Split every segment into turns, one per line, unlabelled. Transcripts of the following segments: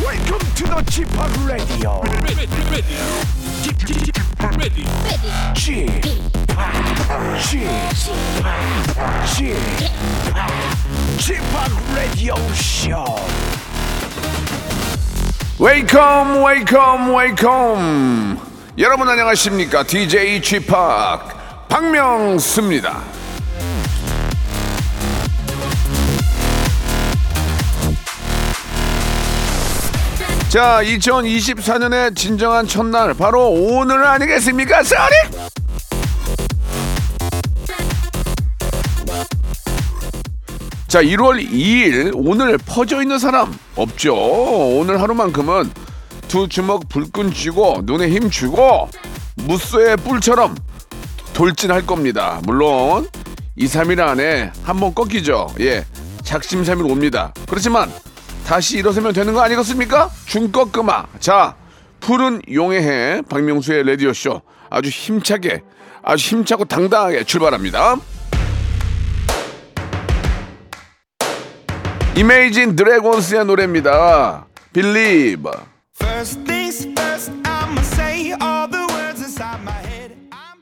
Welcome to the g p o p Radio.
ready, ready, ready, ready.
g p o p G p o p Radio Show.
웨이컴 웨이컴 웨이컴 여러분 안녕하십니까 DJ g p o 박명수입니다 자 2024년의 진정한 첫날 바로 오늘 아니겠습니까 쏘리 자, 1월 2일 오늘 퍼져 있는 사람 없죠. 오늘 하루만큼은 두 주먹 불끈 쥐고 눈에 힘 주고 무쇠의 뿔처럼 돌진할 겁니다. 물론 2, 3일 안에 한 번 꺾이죠. 예. 작심삼일 옵니다. 그렇지만 다시 일어서면 되는 거 아니겠습니까? 중꺾음아. 자, 푸른 용의 해 박명수의 라디오 쇼 아주 힘차게 아주 힘차고 당당하게 출발합니다. 이메이진 드래곤스의 노래입니다. Believe.
First things first, I'ma say all the words inside my head. I'm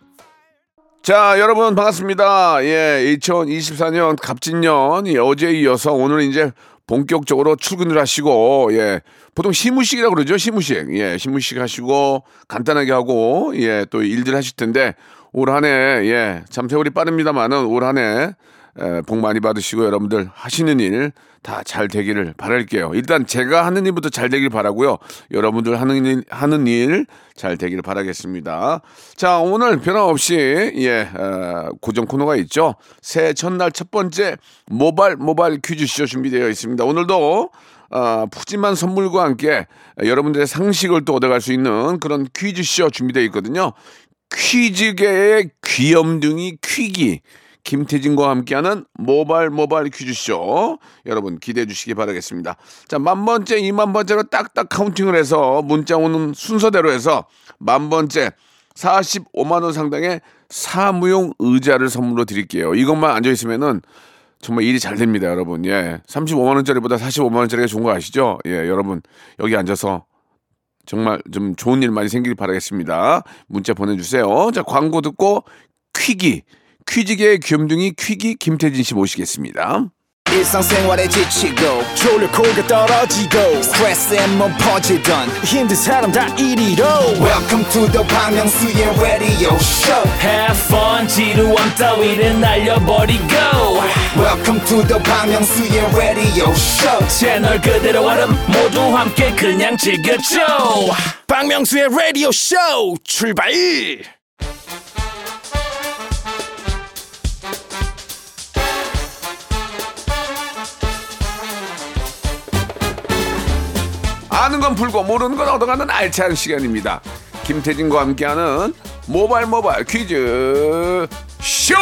자, 여러분 반갑습니다. 예, 2024년 갑진년이 예, 어제 이어서 오늘 이제 본격적으로 출근을 하시고 예, 보통 시무식이라고 그러죠. 시무식. 예, 시무식 하시고 간단하게 하고 예, 또 일들 하실 텐데 올 한해 예, 참 세월이 빠릅니다만은 올 한해 에, 복 많이 받으시고 여러분들 하시는 일 다 잘 되기를 바랄게요. 일단 제가 하는 일부터 잘 되길 바라고요. 여러분들 하는 일, 하는 일 잘 되기를 바라겠습니다. 자, 오늘 변함없이 예, 어, 고정 코너가 있죠. 새해 첫날 첫 번째 모발 모발 퀴즈쇼 준비되어 있습니다. 오늘도 아, 푸짐한 선물과 함께 여러분들의 상식을 또 얻어갈 수 있는 그런 퀴즈쇼 준비되어 있거든요. 퀴즈계의 귀염둥이 퀴기 김태진과 함께하는 모발 모발 퀴즈쇼 여러분 기대해 주시기 바라겠습니다. 자, 만 번째, 이만 번째로 딱딱 카운팅을 해서 문자 오는 순서대로 해서 만 번째 45만 원 상당의 사무용 의자를 선물로 드릴게요. 이것만 앉아 있으면은 정말 일이 잘 됩니다, 여러분. 예. 35만 원짜리보다 45만 원짜리가 좋은 거 아시죠? 예, 여러분. 여기 앉아서 정말 좀 좋은 일 많이 생길 바라겠습니다. 문자 보내주세요. 자, 광고 듣고 퀴기, 퀴즈계의 귀염둥이 퀴기 김태진 씨 모시겠습니다.
일상생활에 지치고, 졸려 코가 떨어지고, 스트레스에 몸 퍼지던, 힘든 사람 다 이리로. welcome to the Bang Myung-soo's radio show
Have fun 지루함 따위를 날려버리고
welcome to the Bang Myung-soo's radio show
채널 그대로 얼음 모두 함께 그냥 즐겨줘
박명수의 라디오 쇼 출발.
아는 건 풀고 모르는 건 얻어가는 알찬 시간입니다. 김태진과 함께하는 모발 모발 퀴즈 쇼.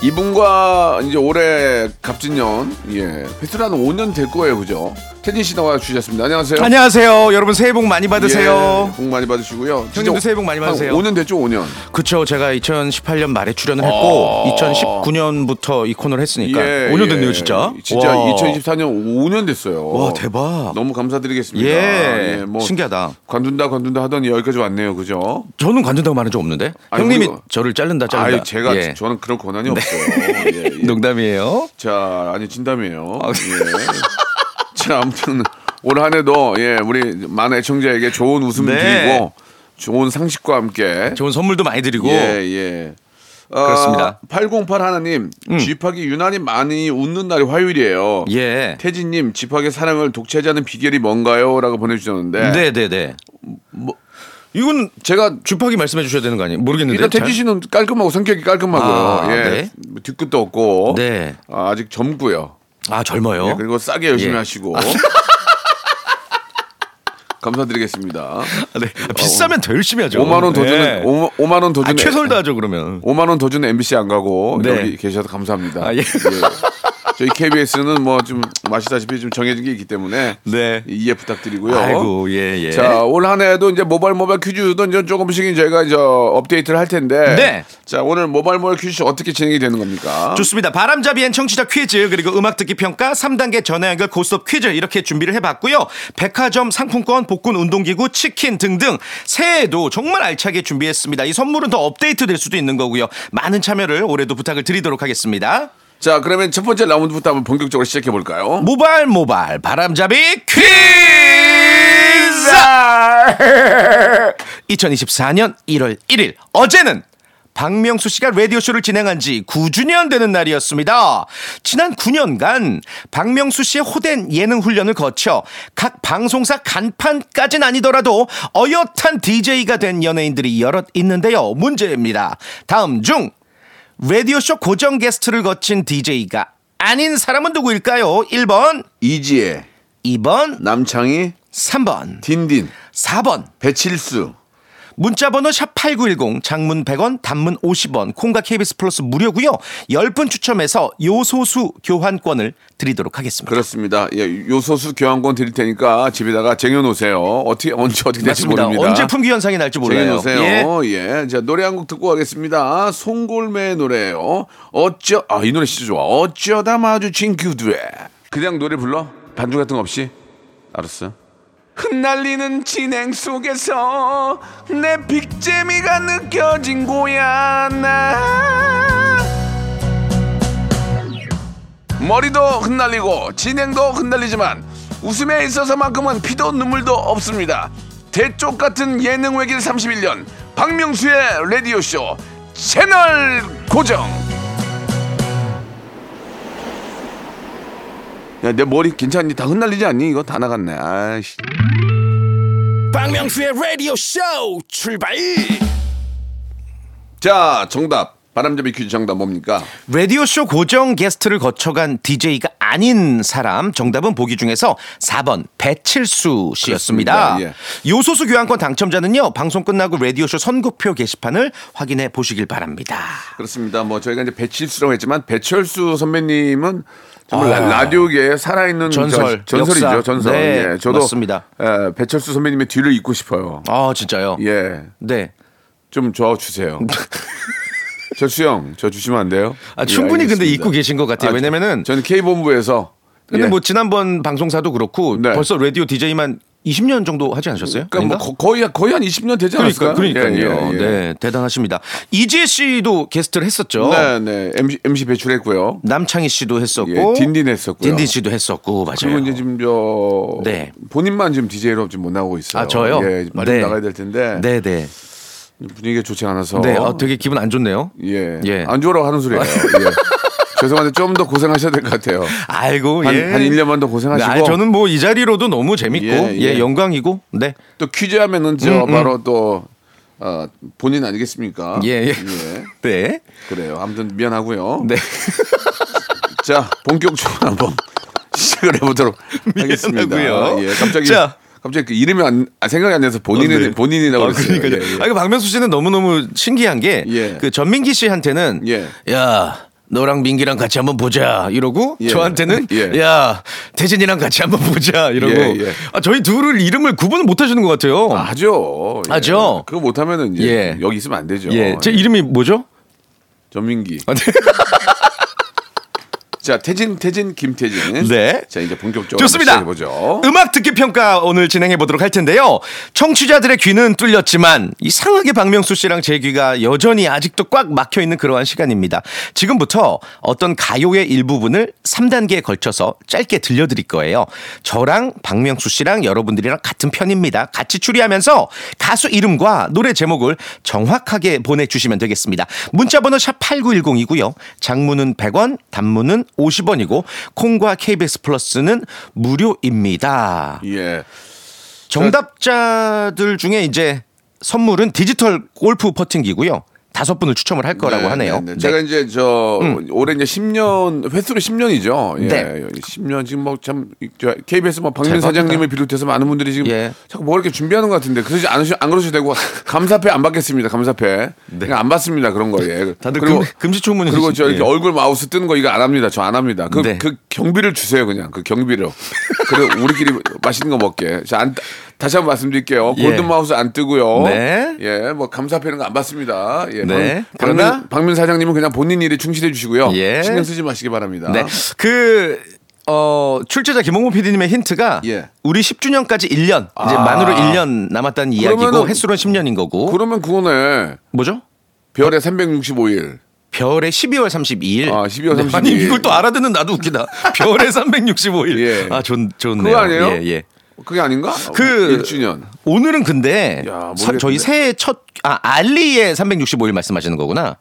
이분과 이제 올해 갑진년 예 횟수로 한 5년 될 거예요 그죠? 태진 씨 나와 주셨습니다. 안녕하세요.
안녕하세요. 여러분 새해 복 많이 받으세요.
예, 복 많이 받으시고요.
형님도 새해 복 많이 받으세요.
5년 됐죠, 5년.
그쵸. 제가 2018년 말에 출연을 했고 2019년부터 이 코너를 했으니까
아. 예,
5년
예.
됐네요, 진짜.
진짜
와.
2024년 5년 됐어요.
와, 대박.
너무 감사드리겠습니다.
예.
뭐.
신기하다.
관둔다 관둔다 하더니 여기까지 왔네요, 그죠?
저는 관둔다고 말한 적 없는데
아니,
형님이
그리고-
저를 자른다 자른다.
아, 제가
예.
저는 그럴 권한이 없어요. 예, 예.
농담이에요.
자, 아니 진담이에요. 예. 자, 아무튼 올 한해도 예 우리 많은 애청자에게 좋은 웃음
네.
드리고 좋은 상식과 함께
좋은 선물도 많이 드리고
예, 예. 어,
그렇습니다. 음.
808 하나님, 쥐팍이 유난히 많이 웃는 날이 화요일이에요.
예.
태진님, 쥐팍의 사랑을 독차지하는 비결이 뭔가요? 라고 보내주셨는데.
네, 네, 네. 이건
예. 뭐, 제가
주파기 말씀해 주셔야 되는 거 아니에요? 모르겠는데.
일단 태진 씨는 깔끔하고 성격이 깔끔하고요.
네, 아,
예.
네.
뭐 뒤끝도 없고.
네.
아, 직 젊고요.
아, 젊어요.
예, 그리고 싸게 열심히
예.
하시고. 감사드리겠습니다.
아, 네. 아, 비싸면 더 열심히 하죠.
5만 원 더
예.
주는 5만, 5만 원더
아,
주는
최선을 다하죠, 그러면.
5만 원 더 주는 MBC 안 가고
네.
여기 계셔서 감사합니다.
아, 예.
저희 KBS는 뭐 좀 아시다시피 좀 정해진 게 있기 때문에
네.
이해 부탁드리고요.
아이고, 예, 예.
자, 올 한 해도 이제 모바일 모바일 퀴즈도 이제 조금씩 저희가 이제 업데이트를 할 텐데.
네.
자, 오늘 모바일 모바일 퀴즈 어떻게 진행이 되는 겁니까?
좋습니다. 바람잡이엔 청취자 퀴즈 그리고 음악 듣기 평가 3단계 전화 연결 고스톱 퀴즈 이렇게 준비를 해봤고요. 백화점 상품권, 복근 운동기구, 치킨 등등 새해에도 정말 알차게 준비했습니다. 이 선물은 더 업데이트될 수도 있는 거고요. 많은 참여를 올해도 부탁을 드리도록 하겠습니다.
자, 그러면 첫 번째 라운드부터 한번 본격적으로 시작해 볼까요?
모발 모발 바람잡이 퀴즈 2024년 1월 1일 어제는 박명수 씨가 라디오쇼를 진행한 지 9주년 되는 날이었습니다. 지난 9년간 박명수 씨의 호된 예능 훈련을 거쳐 각 방송사 간판까진 아니더라도 어엿한 DJ가 된 연예인들이 여럿 있는데요. 문제입니다. 다음 중 라디오쇼 고정 게스트를 거친 DJ가 아닌 사람은 누구일까요? 1번,
이지혜,
2번,
남창희,
3번,
딘딘,
4번.
배칠수.
문자 번호 샵8910 장문 100원 단문 50원 콩과 KBS 플러스 무료고요. 10분 추첨해서 요소수 교환권을 드리도록 하겠습니다.
그렇습니다. 예, 요소수 교환권 드릴 테니까 집에다가 쟁여놓으세요. 어떻게, 언제 어떻게 될지
맞습니다.
모릅니다.
언제 품귀 현상이 날지 몰라요.
쟁여놓으세요.
예.
예. 자, 노래 한 곡 듣고 가겠습니다. 송골매의 노래예요 어쩌, 아, 이 노래 진짜 좋아. 어쩌다 마주친 그대. 그냥 노래 불러? 반주 같은 거 없이? 알았어. 흩날리는 진행 속에서 내 빅재미가 느껴진 거야, 나. 머리도 흩날리고 진행도 흩날리지만 웃음에 있어서만큼은 피도 눈물도 없습니다. 대쪽 같은 예능 외길 31년 박명수의 라디오 쇼 채널 고정. 야 내 머리 괜찮니? 다 흩날리지 않니? 이거 다 나갔네. 아이씨.
박명수의 라디오 쇼 출발
자 정답 바람잡이 퀴즈 정답 뭡니까?
라디오쇼 고정 게스트를 거쳐간 DJ가 아닌 사람 정답은 보기 중에서 4번 배칠수 씨였습니다.
그렇습니다. 예.
요소수 교환권 당첨자는요. 방송 끝나고 라디오쇼 선고표 게시판을 확인해 보시길 바랍니다.
그렇습니다. 뭐 저희가 이제 배칠수라고 했지만 배철수 선배님은 정말 라- 라디오계에 살아있는
아. 전설,
저- 전설이죠.
역사.
전설.
네,
예, 저도
맞습니다.
예, 배철수 선배님의 뒤를 잇고 싶어요.
아 진짜요?
예,
네.
좀 저 주세요. 철수 형, 저 주시면 안 돼요?
아, 충분히
예,
근데
알겠습니다.
잊고 계신 것 같아요.
아,
왜냐면은
저는 K 본부에서 예.
근데 뭐 지난번 방송사도 그렇고
네.
벌써 라디오 DJ만 20년 정도 하지 않으셨어요?
그러니까
아닌가?
뭐 거- 거의 거의 한 20년 되지 않았을까요?
그러니까 그러니까요.
예, 예, 예.
네, 대단하십니다. 이지혜 씨도 게스트를 했었죠.
네, 네. MC, MC 배출했고요.
남창희 씨도 했었고
예, 딘딘 했었고요.
딘딘 씨도 했었고
그리고
맞아요.
이제 지금 저
네.
본인만 지금 DJ로 지금 못 나오고 있어요.
아 저요?
예, 빨리
네.
나가야 될 텐데
네, 네,
분위기가 좋지 않아서.
네. 어, 되게 기분 안 좋네요.
예.
예.
안 좋으라고 하는 소리예요. 예. 죄송한데 좀 더 고생하셔야 될 것 같아요.
아이고
한,
예.
한 1년만 더
네,
고생하시고
아니, 저는 뭐 이 자리로도 너무 재밌고
예,
예,
예.
영광이고 네.
또 퀴즈 하면은 저
음, 음.
바로 또 어, 본인 아니겠습니까?
예, 예.
예.
네.
그래요. 아무튼 미안하고요.
네.
자, 본격적으로 한번 시작을 해보도록 하겠습니다.
미안하고요.
예, 갑자기
자.
갑자기 그 이름이 안, 아, 생각이 안 나서 본인이
어, 네.
본인이라고
아,
그랬어요.
그러니까요.
예, 예.
아, 그 박명수 씨는 너무너무 신기한 게,
예.
그 전민기 씨한테는,
예.
야, 너랑 민기랑 같이 한번 보자. 이러고,
예.
저한테는,
예.
야, 태진이랑 같이 한번 보자. 이러고,
예, 예.
아, 저희 둘을 이름을 구분을 못 하시는 것 같아요.
아, 하죠. 예.
하죠.
그거 못하면은 이제
예.
여기 있으면 안 되죠.
예. 제 이름이 뭐죠?
전민기.
아, 네.
자, 태진, 태진, 김태진.
네.
자, 이제 본격적으로
좋습니다.
시작해보죠.
음악 듣기 평가 오늘 진행해 보도록 할 텐데요. 청취자들의 귀는 뚫렸지만 이상하게 박명수 씨랑 제 귀가 여전히 아직도 꽉 막혀 있는 그러한 시간입니다. 지금부터 어떤 가요의 일부분을 3단계에 걸쳐서 짧게 들려드릴 거예요. 저랑 박명수 씨랑 여러분들이랑 같은 편입니다. 같이 추리하면서 가수 이름과 노래 제목을 정확하게 보내주시면 되겠습니다. 문자번호 샵 8910이고요. 장문은 100원, 단문은 50원이고 콩과 KBS 플러스는 무료입니다.
예.
정답자들 중에 이제 선물은 디지털 골프 퍼팅기고요. 다섯 분을 추첨을 할 거라고
네,
하네요.
네, 네.
네. 음.
제가 이제 저 올해 이제 10년 횟수로 10년이죠. 예.
네.
10년 지금 뭐참 KBS 뭐 박민 사장님을 비롯해서 많은 분들이 지금
예.
자꾸 뭐 이렇게 준비하는 것 같은데 그러지 않으시 안 그러셔도 되고 감사패 안 받겠습니다. 감사패 그냥 안 받습니다 그런 거 예.
네. 다들
그리고
금, 시초문이
그리고 저 이렇게 얼굴 마우스 뜨는 거 이거 안 합니다. 저 안 합니다. 그,
예. 네.
그 경비를 주세요 그냥 그 경비로. 그리고 우리끼리 맛있는 거 먹게. 자, 안, 따- 다시 한번 말씀드릴게요.
예.
골든 마우스 안 뜨고요.
네.
예, 뭐 감사패 이런 거 안 받습니다. 예.
네.
박,
그러나-
민 박민 사장님은 그냥 본인 일에 충실해 주시고요.
예.
신경 쓰지 마시기 바랍니다.
네. 그, 어, 출제자 김홍문 PD님의 힌트가
예. 아.
우리 10주년까지 1년, 이제 만으로 1년 남았다는 이야기고
그러면은-
횟수로는 10년인 거고.
그러면 그거네.
뭐죠?
별의 365일.
별의 12월 32일.
아, 12월
네.
32일.
아니, 이걸 또 알아듣는 나도 웃기다. 별의 365일.
예.
아, 좋, 좋네요.
그거 아니에요?
예, 예.
그게 아닌가?
그
1주년.
오늘은 근데
야,
서- 저희
모르겠는데.
새해 첫 아, 알리의 365일 말씀하시는 거구나.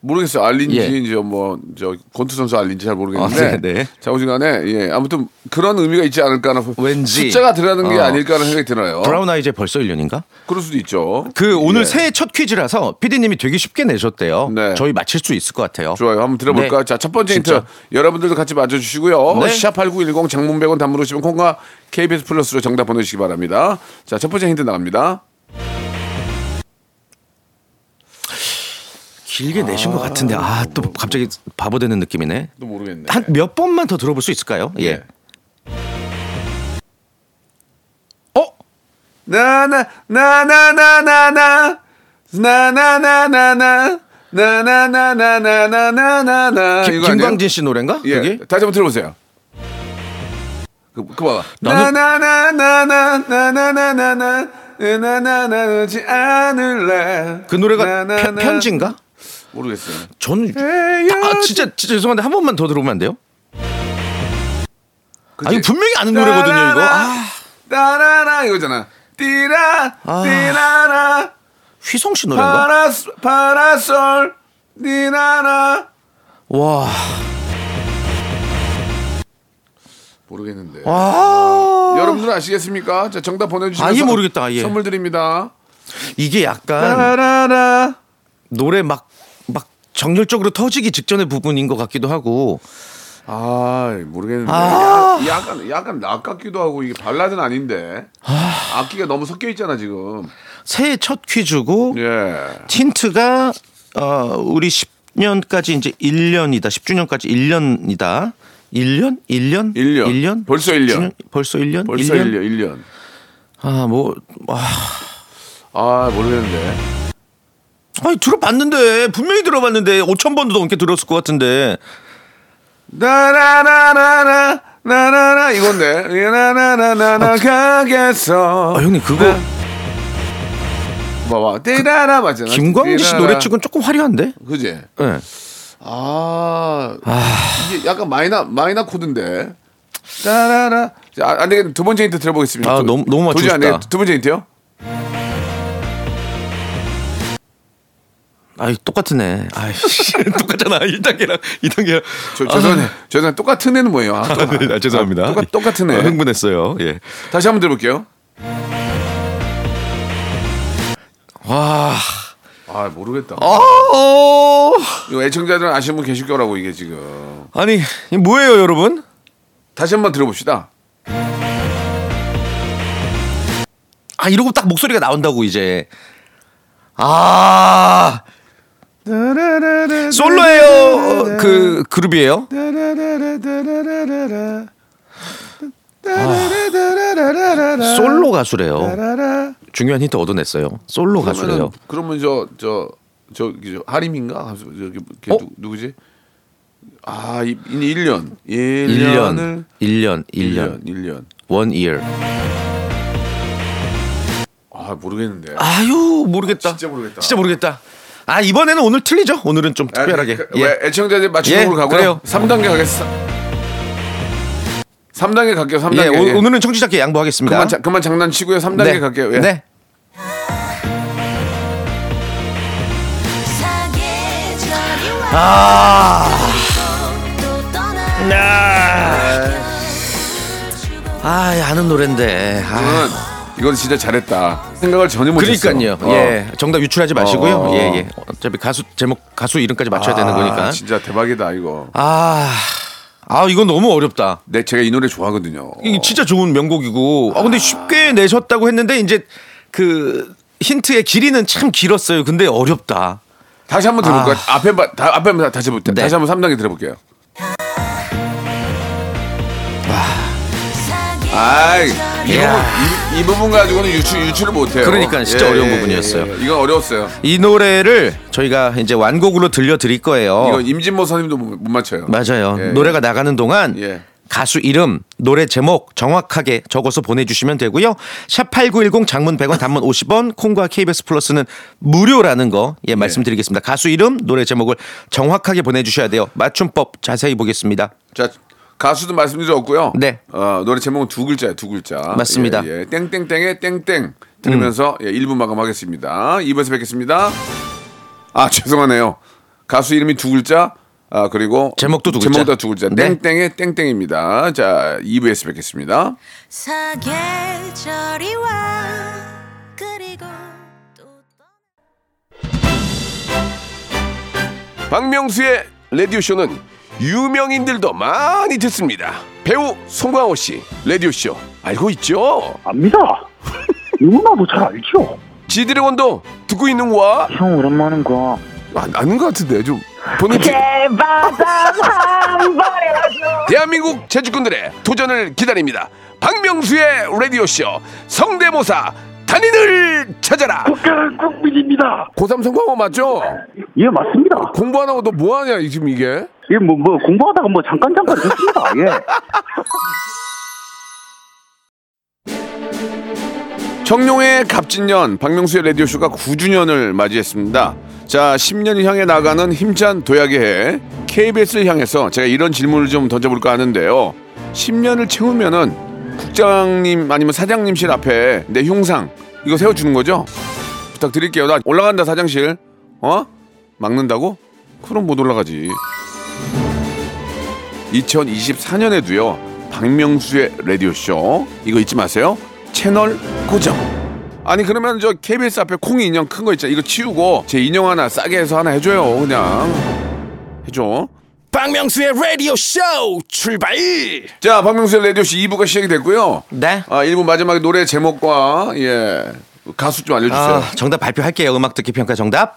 모르겠어요. 알린지
예.
이제 뭐저 권투 선수 알린지 잘 모르겠는데.
아, 네, 네.
자, 오지간에 예. 아무튼 그런 의미가 있지 않을까 하는
왠지.
숫자가 들어가는 게
어.
아닐까라는 생각이 들어요.
브라운 아이즈 벌써 1년인가?
그럴 수도 있죠.
그 오늘
예.
새해 첫 퀴즈라서 PD님이 되게 쉽게 내셨대요.
네.
저희 맞힐 수 있을 것 같아요.
좋아요. 한번 들어볼까요?
네.
자, 첫 번째 힌트.
진짜.
여러분들도 같이 맞춰주시고요.
네.
샵8910 장문 100원 단문 오시면 콩과 KBS 플러스로 정답 보내주시기 바랍니다. 자, 첫 번째 힌트 나갑니다.
길게 내신 것 같은데 아 또 갑자기 바보 되는 느낌이네.
또 모르겠네.
한 몇 번만 더 들어볼 수 있을까요? 예. 어?
나나 나나나나나 나나나나나 나나나나나나나나
김,
이거 아니에요?
김광진 씨 노래인가?
예
그게?
다시 한번 들어보세요. 그, 그 봐봐.
나는-
나나나나나나나나나나 나나나나지 않을래.
그 노래가 편-
나나나.
편지인가?
모르겠어요.
저는
네,
아 진짜, 진짜 죄송한데 한 번만 더 들어보면 안 돼요? 아 이거 분명히 아는 노래거든요
네,
이거. 아,
따라라 이거잖아. 띠라
아.
띠라라
휘성 씨 노래인가?
파라 파라솔 띠라라
와.
모르겠는데.
아.
여러분들 아시겠습니까? 자, 정답 보내주시면
아예 모르겠다, 아예. 아.
선물 드립니다.
이게
네,
약간
따라라
노래 막 막 정열적으로 터지기 직전의 부분인 것 같기도 하고
아 모르겠는데
아.
야- 약간 약간 락 같기도 하고 이게 발라드는 아닌데 악기가 너무 섞여 있잖아 지금
새해 첫 퀴즈고
예
틴트가 어, 우리 10년까지 이제 1년이다. 10주년까지 1년이다. 1년? 1년?
일 년. 벌써 일 년.
벌써 1년?
벌써 1년 1년
아, 뭐 아,
아 모르겠는데
아니, 들어봤는데 분명히 들어봤는데 5천 번도 넘게 들었을 것 같은데.
나나나나나 나나나 이건데 나나나나나 가겠어
아, 형님
네,
그거
봐봐 띠라라 맞잖아
김광진 씨
띠라라.
노래 쪽은 조금 화려한데?
그지
예.
아, 이게 약간 마이너 마이너 코드인데. 따라라. 자, 아, 안 되겠네. 두 번째 힌트 들어보겠습니다.
아,
두-
너무- 너무 맞추고
도저히 안
싶다.
되겠- 두 번째 힌트요?
아이, 똑같으네. 아이, 똑같잖아. 1단계랑 2단계랑.
저, 죄송해.
네.
죄송해. 똑같은 애는 뭐예요? 아,
아, 네, 아, 죄송합니다.
똑같- 똑같은 애.
아, 흥분했어요. 예.
다시 한번 들어볼게요.
와.
아, 모르겠다.
어.
이거 애청자들은 아시는 분 계실 거라고 이게 지금.
아니, 이게 뭐예요, 여러분?
다시 한번 들어봅시다.
아 이러고 딱 목소리가 나온다고 이제 아 솔로예요 그 그룹이에요 아, 솔로 가수래요 중요한 힌트 얻어냈어요 솔로 가수래요
그러면 그러면 저저 저, 저기 저 하림인가? 가수, 저기 걔
어?
누, 누구지? 아, 이, 이 1년. 1년을
1년 1년 1년
1년.
원 이어
아, 모르겠는데.
아유 모르겠다
진짜 모르겠다.
진짜 모르겠다 아 이번에는 오늘 틀리죠 오늘은 좀 특별하게
그,
예.
왜 애청자들 맞추는
예,
걸로 가고요.
그래요.
3단계 가겠습니다. 3단계 갈게요. 3단계.
예, 오,
예.
오늘은 청취자께 양보하겠습니다
그만 자- 그만 장난치고요. 3단계
네.
갈게요. 예.
네. 아, 아는 노랜데. 아, 네.
이건 이건 진짜 잘했다. 생각을 전혀 못했어요.
그러니까요.
어.
예, 정답 유출하지 마시고요.
어.
예, 예. 어차피 가수 제목, 가수 이름까지 맞춰야 되는
아,
거니까.
진짜 대박이다 이거.
아, 아 이건 너무 어렵다.
네, 제가 이 노래 좋아하거든요.
이게 진짜 좋은 명곡이고. 아 근데 쉽게 내셨다고 했는데 이제 그 힌트의 길이는 참 길었어요. 근데 어렵다.
다시 한번 들어볼까요? 앞에 봐, 다, 앞에 한번 다시 볼게요.
아. 네.
다시 한번 3단계 들어볼게요. 아이, 이,
이야.
부분, 이, 이 부분 가지고는 유출, 유출을 못해요.
그러니까 진짜 어려운 부분이었어요.
예, 예. 이건 어려웠어요.
이 노래를 저희가 이제 완곡으로 들려드릴 거예요.
이건 임진모 선생님도 못, 못 맞춰요.
어. 맞아요.
예,
노래가 나가는 동안
예.
가수 이름, 노래 제목 정확하게 적어서 보내주시면 되고요. 샵 8910 장문 100원 단문 50원 콩과 KBS 플러스는 무료라는 거 예, 말씀드리겠습니다. 가수 이름, 노래 제목을 정확하게 보내주셔야 돼요. 맞춤법 자세히 보겠습니다.
자, 가수도 말씀드렸고요.
네.
어, 노래 제목은 두 글자예요, 두 글자.
맞습니다. 음.
예, 예. 땡땡땡의 땡땡 들으면서 예, 1부 마감하겠습니다. 2부에서 뵙겠습니다. 아, 죄송하네요. 가수 이름이 두 글자. 아, 그리고
제목도 두 글자.
제목도 두 글자.
네.
땡땡의 땡땡입니다. 자, 2부에서 뵙겠습니다.
사계절이 와 그리고 또 떠나
박명수의 라디오쇼는 유명인들도 많이 듣습니다. 배우 송강호 씨, 라디오쇼 알고 있죠?
압니다. 누구나도 뭐 잘 알죠.
지드래곤도 듣고 있는 거야?
형 오랜만인 거.
아, 아는 것 같은데 좀 보는 중. 대한민국 재주꾼들의 도전을 기다립니다. 박명수의 라디오쇼 성대모사 단인을 찾아라.
국가 국민입니다.
고3 송강호 맞죠?
예 맞습니다.
공부 안 하고 너 뭐 하냐 지금 이게?
예 뭐 뭐 공부하다가 뭐 잠깐 잠깐 좋습니다. 예.
청룡의 갑진년 박명수의 라디오쇼가 9주년을 맞이했습니다. 자, 10년을 향해 나가는 힘찬 도약의 해 KBS를 향해서 제가 이런 질문을 좀 던져볼까 하는데요. 10년을 채우면은 국장님 아니면 사장님실 앞에 내 흉상 이거 세워주는 거죠? 부탁드릴게요. 나 올라간다 사장실. 어? 막는다고? 그럼 못 올라가지. 2024년에도요 박명수의 라디오 쇼 이거 잊지 마세요 채널 고정 아니 그러면 저 KBS 앞에 콩이 인형 큰 거 있잖아 이거 치우고 제 인형 하나 싸게 해서 하나 해줘요 그냥 해줘
박명수의 라디오 쇼 출발!
자 박명수의 라디오 쇼 2부가 시작이 됐고요
네.
아 1부 마지막에 노래 제목과 예 가수 좀 알려주세요
아, 정답 발표할게요. 음악 듣기 평가 정답.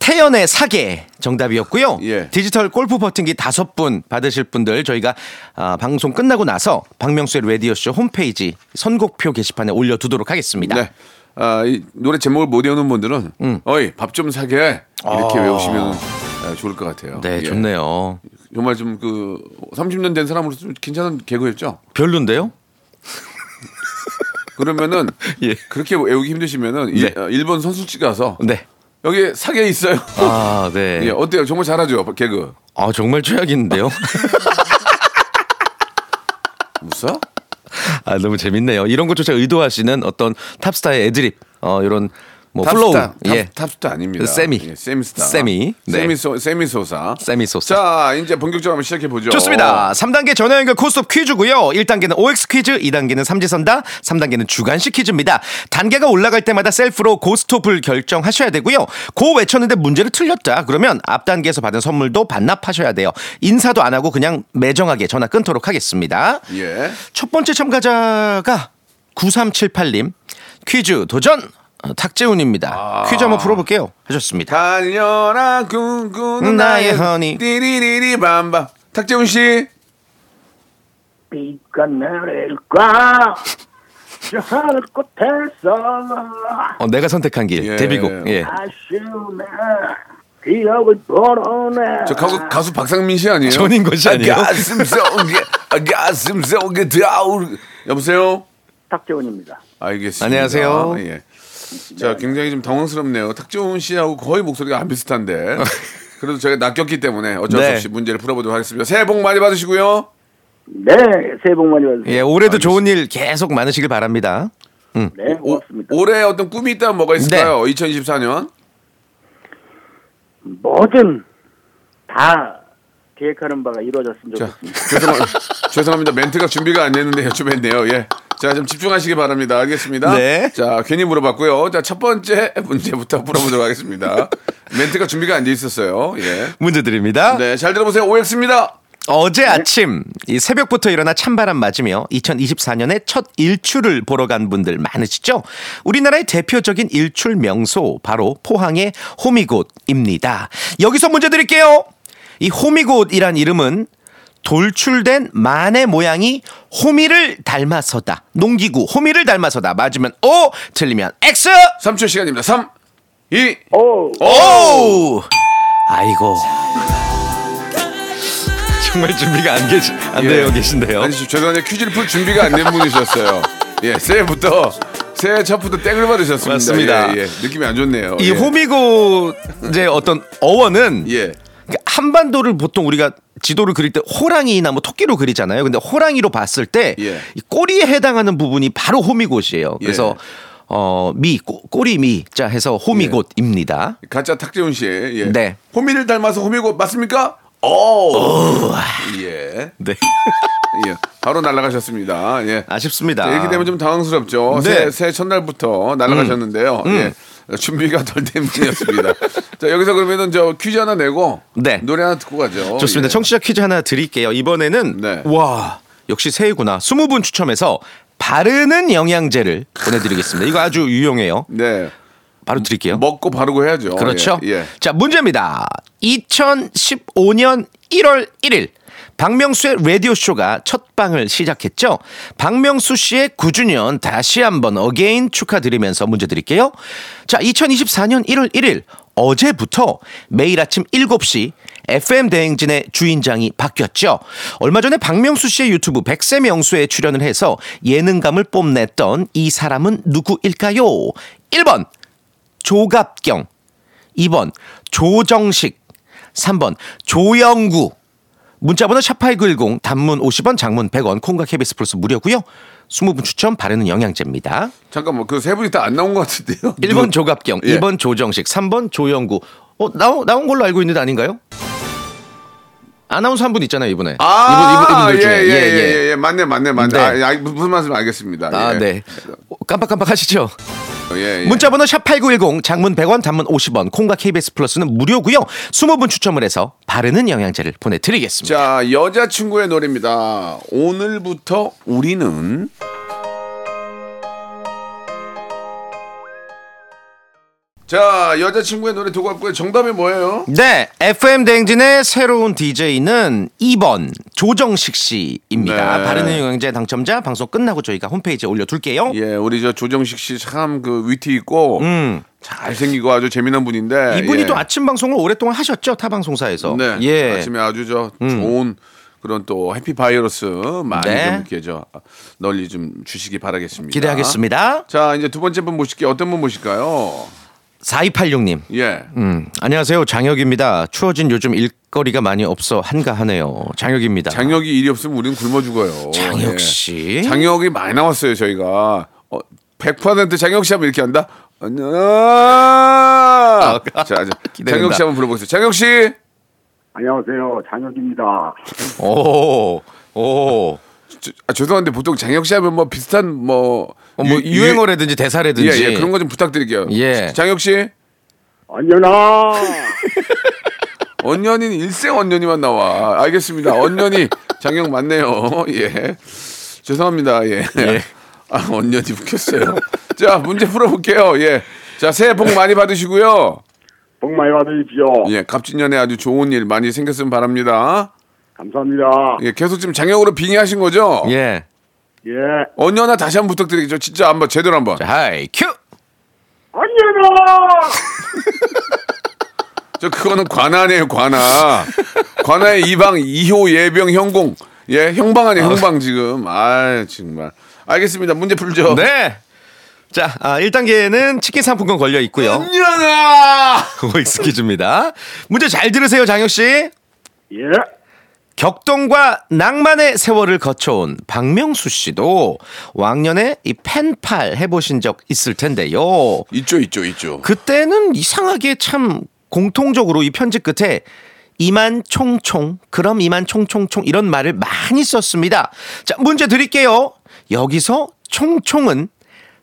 태연의 사계 정답이었고요.
예.
디지털 골프 버팅기 다섯 분 받으실 분들 저희가 아, 방송 끝나고 나서 박명수의 라디오쇼 홈페이지 선곡표 게시판에 올려두도록 하겠습니다.
네. 아, 이 노래 제목을 못 외우는 분들은
음.
어이 밥 좀 사게 이렇게 외우시면 좋을 것 같아요
아. 네,
예.
좋네요.
정말 좀 그 30년 된 사람으로서 좀 괜찮은 개그였죠.
별론데요?
그러면은
예.
그렇게 외우기 힘드시면은 일-
네.
어, 일본 선수집 가서
네.
여기 사게 있어요.
아, 네.
예, 어때요? 정말 잘하죠 개그.
아, 정말 최악인데요?
웃어?
아, 너무 재밌네요. 이런 것조차 의도하시는 어떤 탑스타의 애드립, 어, 이런 뭐 플로우.
탑스타, 탑,
예.
탑스타 아닙니다.
세미.
예, 세미스타.
세미. 네.
세미소, 세미소사.
세미소사.
자, 이제 본격적으로 한번 시작해 보죠.
좋습니다. 3단계 전화 연결 코스톱 퀴즈고요. 1단계는 OX 퀴즈, 2단계는 삼지선다, 3단계는 주간식 퀴즈입니다. 단계가 올라갈 때마다 셀프로 고스톱을 결정하셔야 되고요. 고 외쳤는데 문제를 틀렸다. 그러면 앞 단계에서 받은 선물도 반납하셔야 돼요. 인사도 안 하고 그냥 매정하게 전화 끊도록 하겠습니다.
예.
첫 번째 참가자가 9378님 퀴즈 도전 어, 탁재훈입니다. 퀴즈 한번 풀어볼게요. 하셨습니다.
달려라 꿈꾸는
나의 허니.
띠리리리 밤밤. 탁재훈 씨.
비가 내릴까 저 하늘 끝에서
어, 내가 선택한 길
예.
데뷔곡. 예.
아쉬움에 기억을 벌어내
저 가수, 가수 박상민 씨 아니에요?
전인권 씨 아니에요?
아, 가슴 속에 아, 가슴 속에 드아우. 여보세요.
탁재훈입니다.
알겠습니다.
안녕하세요.
예. 자, 굉장히 좀 당황스럽네요. 탁재훈 씨하고 거의 목소리가 안 비슷한데. 그래도 제가 낚였기 때문에 어쩔 수
네.
없이 문제를 풀어보도록 하겠습니다. 새해 복 많이 받으시고요.
네 새해 복 많이 받으세요.
예, 올해도 좋은 일 계속 많으시길 바랍니다.
네
오,
고맙습니다.
올해 어떤 꿈이 있다면 뭐가 있을까요?
네.
2024년.
뭐든 다 계획하는 바가 이루어졌으면
자,
좋겠습니다.
죄송합, 죄송합니다. 멘트가 준비가 안 됐는데 여쭤봤네요. 예. 자, 좀 집중하시기 바랍니다. 알겠습니다.
네.
자, 괜히 물어봤고요. 자, 첫 번째 문제부터 풀어보도록 하겠습니다. 멘트가 준비가 안 돼 있었어요. 예.
문제 드립니다.
네, 잘 들어보세요. OX입니다.
어제 아침 이 새벽부터 일어나 찬바람 맞으며 2024년의 첫 일출을 보러 간 분들 많으시죠? 우리나라의 대표적인 일출 명소 바로 포항의 호미곶입니다. 여기서 문제 드릴게요. 이 호미곶이란 이름은 돌출된 만의 모양이 호미를 닮아서다. 농기구 호미를 닮아서다. 맞으면 O, 틀리면 X.
3초 시간입니다. 3, 2,
오,
오! 아이고. 정말 준비가 안, 계시, 안
예.
되어 계신데요.
아니, 죄송한데 퀴즈를 풀 준비가 안 된 분이셨어요. 예, 새해부터, 새해 첫부터 땡을 받으셨습니다.
맞습니다.
예, 예. 느낌이 안 좋네요. 예.
이 호미곶 이제 어떤 어원은
예.
그러니까 한반도를 보통 우리가 지도를 그릴 때 호랑이나 뭐 토끼로 그리잖아요. 근데 호랑이로 봤을 때
예.
이 꼬리에 해당하는 부분이 바로 호미곶이에요. 그래서 어, 미 꼬, 꼬리 미자 해서 호미곶입니다.
가짜 탁재훈 씨. 예.
네.
호미를 닮아서 호미고 맞습니까? 오.
어.
예.
네.
예. 바로 날아가셨습니다. 예.
아쉽습니다.
자, 이렇게 되면 좀 당황스럽죠.
네. 음.
새해, 새해 첫날부터 날아가셨는데요. 예. 준비가 덜 된 분이었습니다. 자, 여기서 그러면은 저 퀴즈 하나 내고
네.
노래 하나 듣고 가죠.
좋습니다.
예.
청취자 퀴즈 하나 드릴게요. 이번에는
네.
와 역시 새해구나. 20분 추첨해서 바르는 영양제를 보내드리겠습니다. 이거 아주 유용해요.
네.
바로 드릴게요.
먹고 바르고 해야죠.
그렇죠.
예. 예.
자, 문제입니다. 2015년 1월 1일 박명수의 라디오 쇼가 첫 방을 시작했죠. 박명수 씨의 9주년 다시 한번 어게인 축하드리면서 문제 드릴게요. 자, 2024년 1월 1일 어제부터 매일 아침 7시 FM 대행진의 주인장이 바뀌었죠. 얼마 전에 박명수 씨의 유튜브 백세 명수에 출연을 해서 예능감을 뽐냈던 이 사람은 누구일까요? 1번 조갑경 2번 조정식 3번 조영구 문자번호 샵8910 단문 50원 장문 100원 콩과 KBS 플러스 무료고요 20분 추첨 바르는 영양제입니다
잠깐만, 그 세 분이 다 안 나온 것 같은데요.
1번 조갑경
예.
2번 조정식 3번 조영구 어, 나온, 나온 걸로 알고 있는데 아닌가요? 아나운서 한 분 있잖아요 이번에
아,
이분, 이분, 이분들 중에
예, 예, 예, 예, 예. 맞네, 맞네, 맞네.
네.
아, 아, 무슨 말씀 알겠습니다.
아,
예.
네. 깜빡깜빡 하시죠?
예, 예.
문자번호 샵8910 장문 100원 단문 50원 콩과 KBS 플러스는 무료고요 20분 추첨을 해서 바르는 영양제를 보내드리겠습니다
자, 여자친구의 노래입니다. 오늘부터 우리는 자, 여자친구의 노래 두고 왔고요. 정답이 뭐예요?
네, FM 대행진의 새로운 DJ는 2번 조정식 씨입니다.
네.
바르는 영양제 당첨자 방송 끝나고 저희가 홈페이지에 올려둘게요.
예, 우리 저 조정식 씨 참 그 위트 있고
음,
잘 생기고 아주 재미난 분인데
이분이
예.
또 아침 방송을 오랫동안 하셨죠 타 방송사에서.
네.
예.
아침에 아주 저 좋은 그런 또 해피 바이러스 많이
네.
좀 이렇게 저 널리 좀 주시기 바라겠습니다.
기대하겠습니다.
자, 이제 두 번째 분 모실게요. 어떤 분 모실까요?
4286님.
예.
음, 안녕하세요. 장혁입니다. 추워진 요즘 일거리가 많이 없어 한가하네요. 장혁입니다.
장혁이 일이 없으면 우리는 굶어 죽어요.
장혁 씨.
예. 장혁이 많이 나왔어요, 저희가. 어, 100% 장혁 씨 하면 이렇게 한다? 안녕. 자, 자,
아, 기대된다.
장혁 씨 한번 불러보겠습니다. 장혁 씨.
안녕하세요. 장혁입니다.
오. 오.
저, 아, 죄송한데 보통 장혁 씨 하면 뭐 비슷한 뭐,
어, 뭐
유-
유행어라든지
유- 예,
대사라든지
예, 그런 거 좀 부탁드릴게요.
예.
장혁 씨.
안녕하.
언년인 일생 언년이만 나와. 알겠습니다. 언년이 장혁 맞네요. 예. 죄송합니다. 예.
예.
아, 언년이 웃겼어요. 자, 문제 풀어볼게요. 예. 자, 새해 복 많이 받으시고요.
복 많이 받으십시오.
예, 갑진년에 아주 좋은 일 많이 생겼으면 바랍니다.
감사합니다.
예, 계속 지금 장혁으로 빙의하신 거죠?
예.
예.
언년아 다시 한번 부탁드리겠죠. 진짜 한번 제대로 한번.
자, 하이 큐.
안녕하.
저 그거는 관아네요, 관아. 관아의 이방 2호 예병 형공. 예, 형방 아니에요, 형방 지금. 아, 정말. 알겠습니다. 문제 풀죠.
네. 자, 아, 1단계는 치킨 상품권 걸려 있고요.
언년아!
OX 퀴즈입니다. 문제 잘 들으세요, 장혁 씨.
예.
격동과 낭만의 세월을 거쳐온 박명수 씨도 왕년에 이 펜팔 해보신 적 있을 텐데요.
있죠, 있죠, 있죠.
그때는 이상하게 참 공통적으로 이 편지 끝에 이만 총총 그럼 이만 총총총 이런 말을 많이 썼습니다. 자 문제 드릴게요. 여기서 총총은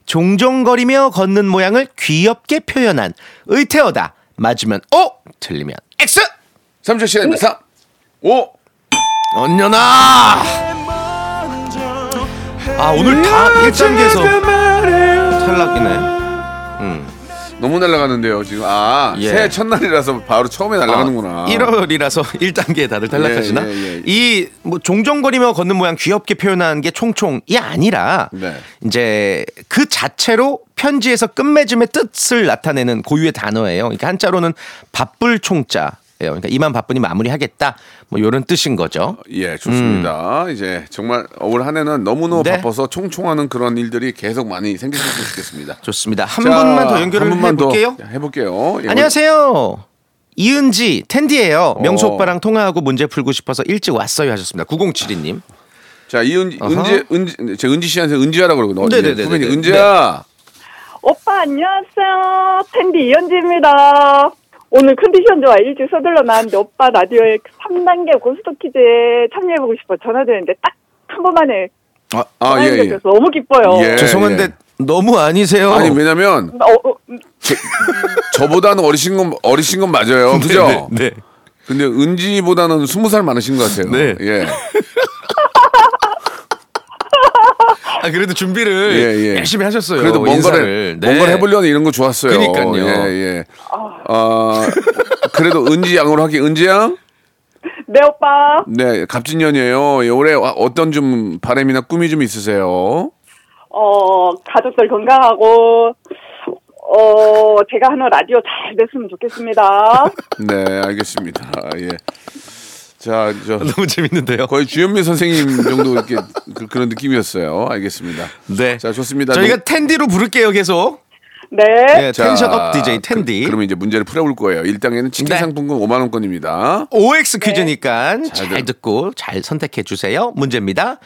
종종거리며 걷는 모양을 귀엽게 표현한 의태어다. 맞으면 O, 틀리면 X.
3초 시간입니다. 3, 5,
언녀나. 아 오늘 다 1단계에서 탈락이네.
너무 날아가는데요 지금 아
예.
새해 첫날이라서 바로 처음에 날아가는구나
1월이라서 1단계에 다들 탈락하시나?
예, 예, 예.
이 뭐 종종거리며 걷는 모양 귀엽게 표현하는 게 총총이 아니라
네.
이제 그 자체로 편지에서 끝맺음의 뜻을 나타내는 고유의 단어예요. 그러니까 한자로는 바쁠 총자예요. 그러니까 이만 바쁘니 마무리하겠다. 뭐 이런 뜻인 거죠.
예 좋습니다 이제 정말 올 한 해는 너무너무
음. 네.
바빠서 총총하는 그런 일들이 계속 많이 생기셨으면 좋겠습니다
좋습니다. 한
자,
분만 더 연결을
한 분만 더
해볼게요.
해볼게요 예,
안녕하세요. 이은지 텐디예요. 명수
어.
오빠랑 통화하고 문제 풀고 싶어서 일찍 왔어요 하셨습니다. 9072님.
자 이은
어허.
은지 은지 제 은지 씨한테 은지야라고 그러거든요
네네네네.
후배님 은지야
오빠 안녕하세요. 텐디 이현지입니다. 오늘 컨디션 좋아 일찍 서둘러 나왔는데 오빠 라디오에 3단계 고스톱 퀴즈에 참여해보고 싶어 전화드렸는데 딱 한 번만에
아
참여해
예예
주셔서 너무 기뻐요.
예,
죄송한데
예.
너무 아니세요. 예.
아니 왜냐면
어, 어,
저보다는 어리신 건 어리신 건 맞아요 그죠
네.
근데 은지보다는 스무 살 많으신 것 같아요
네.
예
아 그래도 준비를
예, 예.
열심히 하셨어요.
그래도 뭔가를
인사를. 네.
뭔가를 해보려는 이런 거 좋았어요.
그러니까요.
예, 예. 아, 그래도 은지 양으로 하기 은지 양.
네 오빠.
네, 갑진년이에요. 예, 올해 와- 어떤 좀 바람이나 꿈이 좀 있으세요?
어 가족들 건강하고 어 제가 하는 라디오 잘 됐으면 좋겠습니다.
네, 알겠습니다. 아, 예. 자, 저
너무 재밌는데요.
거의 주현미 선생님 정도 이렇게 그, 런 느낌이었어요. 알겠습니다.
네.
자, 좋습니다.
저희가
너무-
텐디로 부를게요 계속.
네.
네,
자,
텐션 업 DJ 텐디.
그, 러면 이제 문제를 풀어볼 거예요. 1단계는 치킨
네.
상품권 5만 원권입니다.
OX 퀴즈니까 잘,
들-
듣고 잘 선택해 주세요. 문제입니다.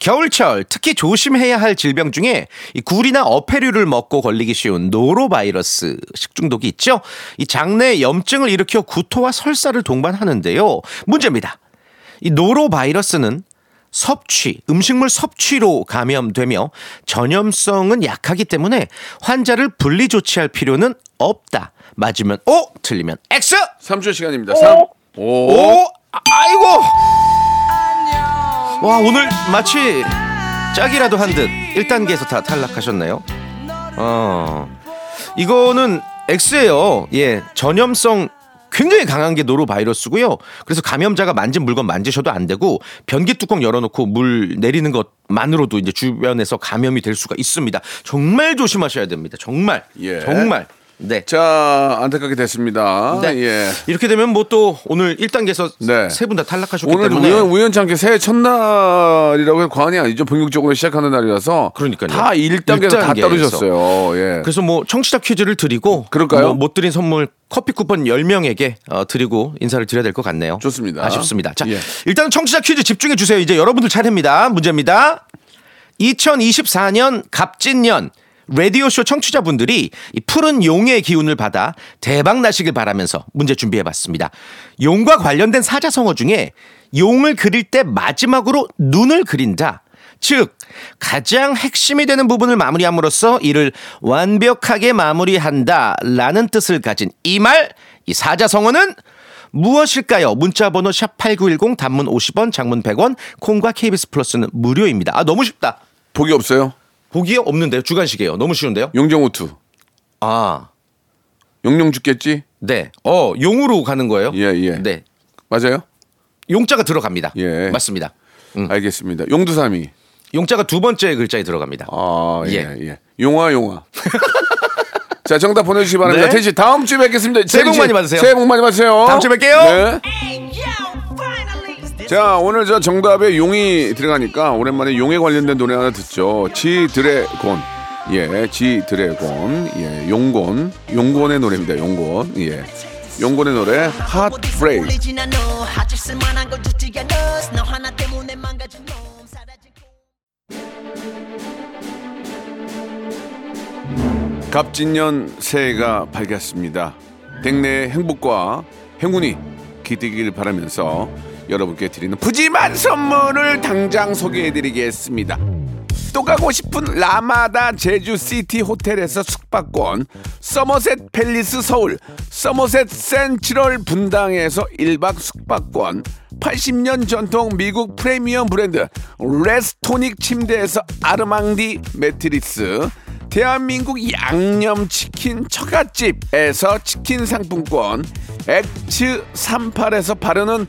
겨울철 특히 조심해야 할 질병 중에 이 굴이나 어패류를 먹고 걸리기 쉬운 노로바이러스 식중독이 있죠. 이 장내 염증을 일으켜 구토와 설사를 동반하는데요. 문제입니다. 이 노로바이러스는 섭취, 음식물 섭취로 감염되며 전염성은 약하기 때문에 환자를 분리 조치할 필요는 없다. 맞으면 O, 틀리면 X.
3초 시간입니다. 3. 오.
오, 아, 아이고. 와, 오늘 마치 짝이라도 한 듯 1단계에서 다 탈락하셨네요. 어. 이거는 X예요. 예. 전염성 굉장히 강한 게 노로바이러스고요. 그래서 감염자가 만진 물건 만지셔도 안 되고 변기 뚜껑 열어놓고 물 내리는 것만으로도 이제 주변에서 감염이 될 수가 있습니다. 정말 조심하셔야 됩니다. 정말.
예.
정말. 네.
자, 안타깝게 됐습니다.
네.
예.
이렇게 되면 뭐 또 오늘 1단계에서
네.
세 분 다 탈락하셨기
오늘
때문에
우연, 우연찮게 새해 첫날이라고 해서 과언이 아니죠. 본격적으로 시작하는 날이라서.
그러니까요.
다 1단계에서 다
1단계에서.
떨어졌어요. 예.
그래서 뭐 청취자 퀴즈를 드리고
그럴까요?
뭐 못 드린 선물 커피 쿠폰 10명에게 어, 드리고 인사를 드려야 될 것 같네요.
좋습니다.
아쉽습니다. 자,
예.
일단 청취자 퀴즈 집중해 주세요. 이제 여러분들 차례입니다. 문제입니다. 2024년 갑진년 라디오쇼 청취자분들이 이 푸른 용의 기운을 받아 대박 나시길 바라면서 문제 준비해 봤습니다. 용과 관련된 사자성어 중에 용을 그릴 때 마지막으로 눈을 그린다. 즉, 가장 핵심이 되는 부분을 마무리함으로써 이를 완벽하게 마무리한다. 라는 뜻을 가진 이 말, 이 사자성어는 무엇일까요? 문자 번호 샵8910 단문 50원, 장문 100원, 콩과 KBS 플러스는 무료입니다. 아, 너무 쉽다.
복이 없어요.
보기에 없는데요. 주간식이에요. 너무 쉬운데요?
용정호투.
아,
용용 죽겠지?
네. 어, 용으로 가는 거예요?
예, 예.
네.
맞아요?
용자가 들어갑니다.
예.
맞습니다.
알겠습니다. 용두삼이.
용자가 두 번째 글자에 들어갑니다.
아, 예,
예.
예. 용화, 용화. 자, 정답 보내주시기 바랍니다.
네.
태시 다음 주에 뵙겠습니다.
새해 복
태진 씨,
많이 받으세요.
새해 복 많이 받으세요.
다음 주에
네.
뵐게요.
자, 오늘 저 정답에 용이 들어가니까 오랜만에 용에 관련된 노래 하나 듣죠. 지 드래곤. 예, 지 드래곤. 예, 용곤. 용곤의 노래입니다. 용곤. 예. 용곤의 노래 핫브레이크. 갑진년 새해가 밝았습니다. 댁내의 행복과 행운이 기대길 바라면서 여러분께 드리는 푸짐한 선물을 당장 소개해드리겠습니다. 또 가고 싶은 라마다 제주시티 호텔에서 숙박권 서머셋 팰리스 서울 서머셋 센트럴 분당에서 1박 숙박권 80년 전통 미국 프리미엄 브랜드 레스토닉 침대에서 아르망디 매트리스 대한민국 양념치킨 처갓집에서 치킨 상품권 엑츠 38에서 바르는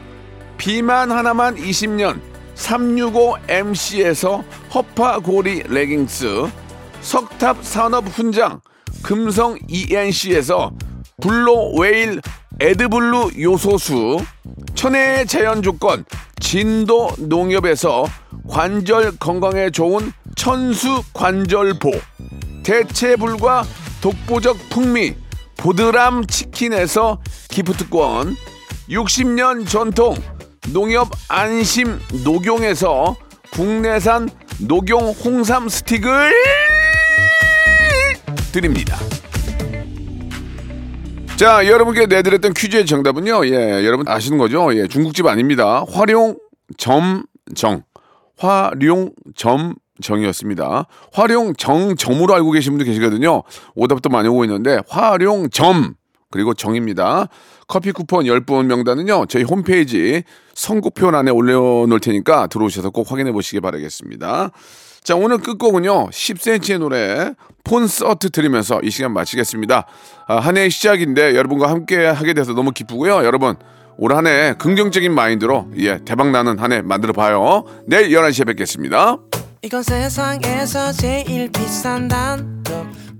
비만 하나만 20년 365MC에서 허파고리 레깅스 석탑 산업 훈장 금성 ENC에서 블로 웨일 에드블루 요소수 천혜의 자연 조건 진도 농협에서 관절 건강에 좋은 천수 관절보 대체불과 독보적 풍미 보드람 치킨에서 기프트권 60년 전통 농협 안심 녹용에서 국내산 녹용 홍삼 스틱을 드립니다. 자, 여러분께 내드렸던 퀴즈의 정답은요. 예, 여러분 아시는 거죠? 예, 중국집 아닙니다. 활용 점정. 활용 점정이었습니다. 활용 정점으로 알고 계신 분들 계시거든요. 오답도 많이 오고 있는데 활용 점 그리고 정입니다. 커피 쿠폰 10분 명단은요. 저희 홈페이지 선곡표 안에 올려 놓을 테니까 들어오셔서 꼭 확인해 보시기 바라겠습니다. 자, 오늘 끝곡은요. 10cm의 노래 콘서트 들으면서 이 시간 마치겠습니다. 아, 한 해의 시작인데 여러분과 함께 하게 돼서 너무 기쁘고요. 여러분 올 한 해 긍정적인 마인드로 예, 대박 나는 한 해 만들어 봐요. 내일 11시에 뵙겠습니다.
이건 세상에서 제일 비싼 단독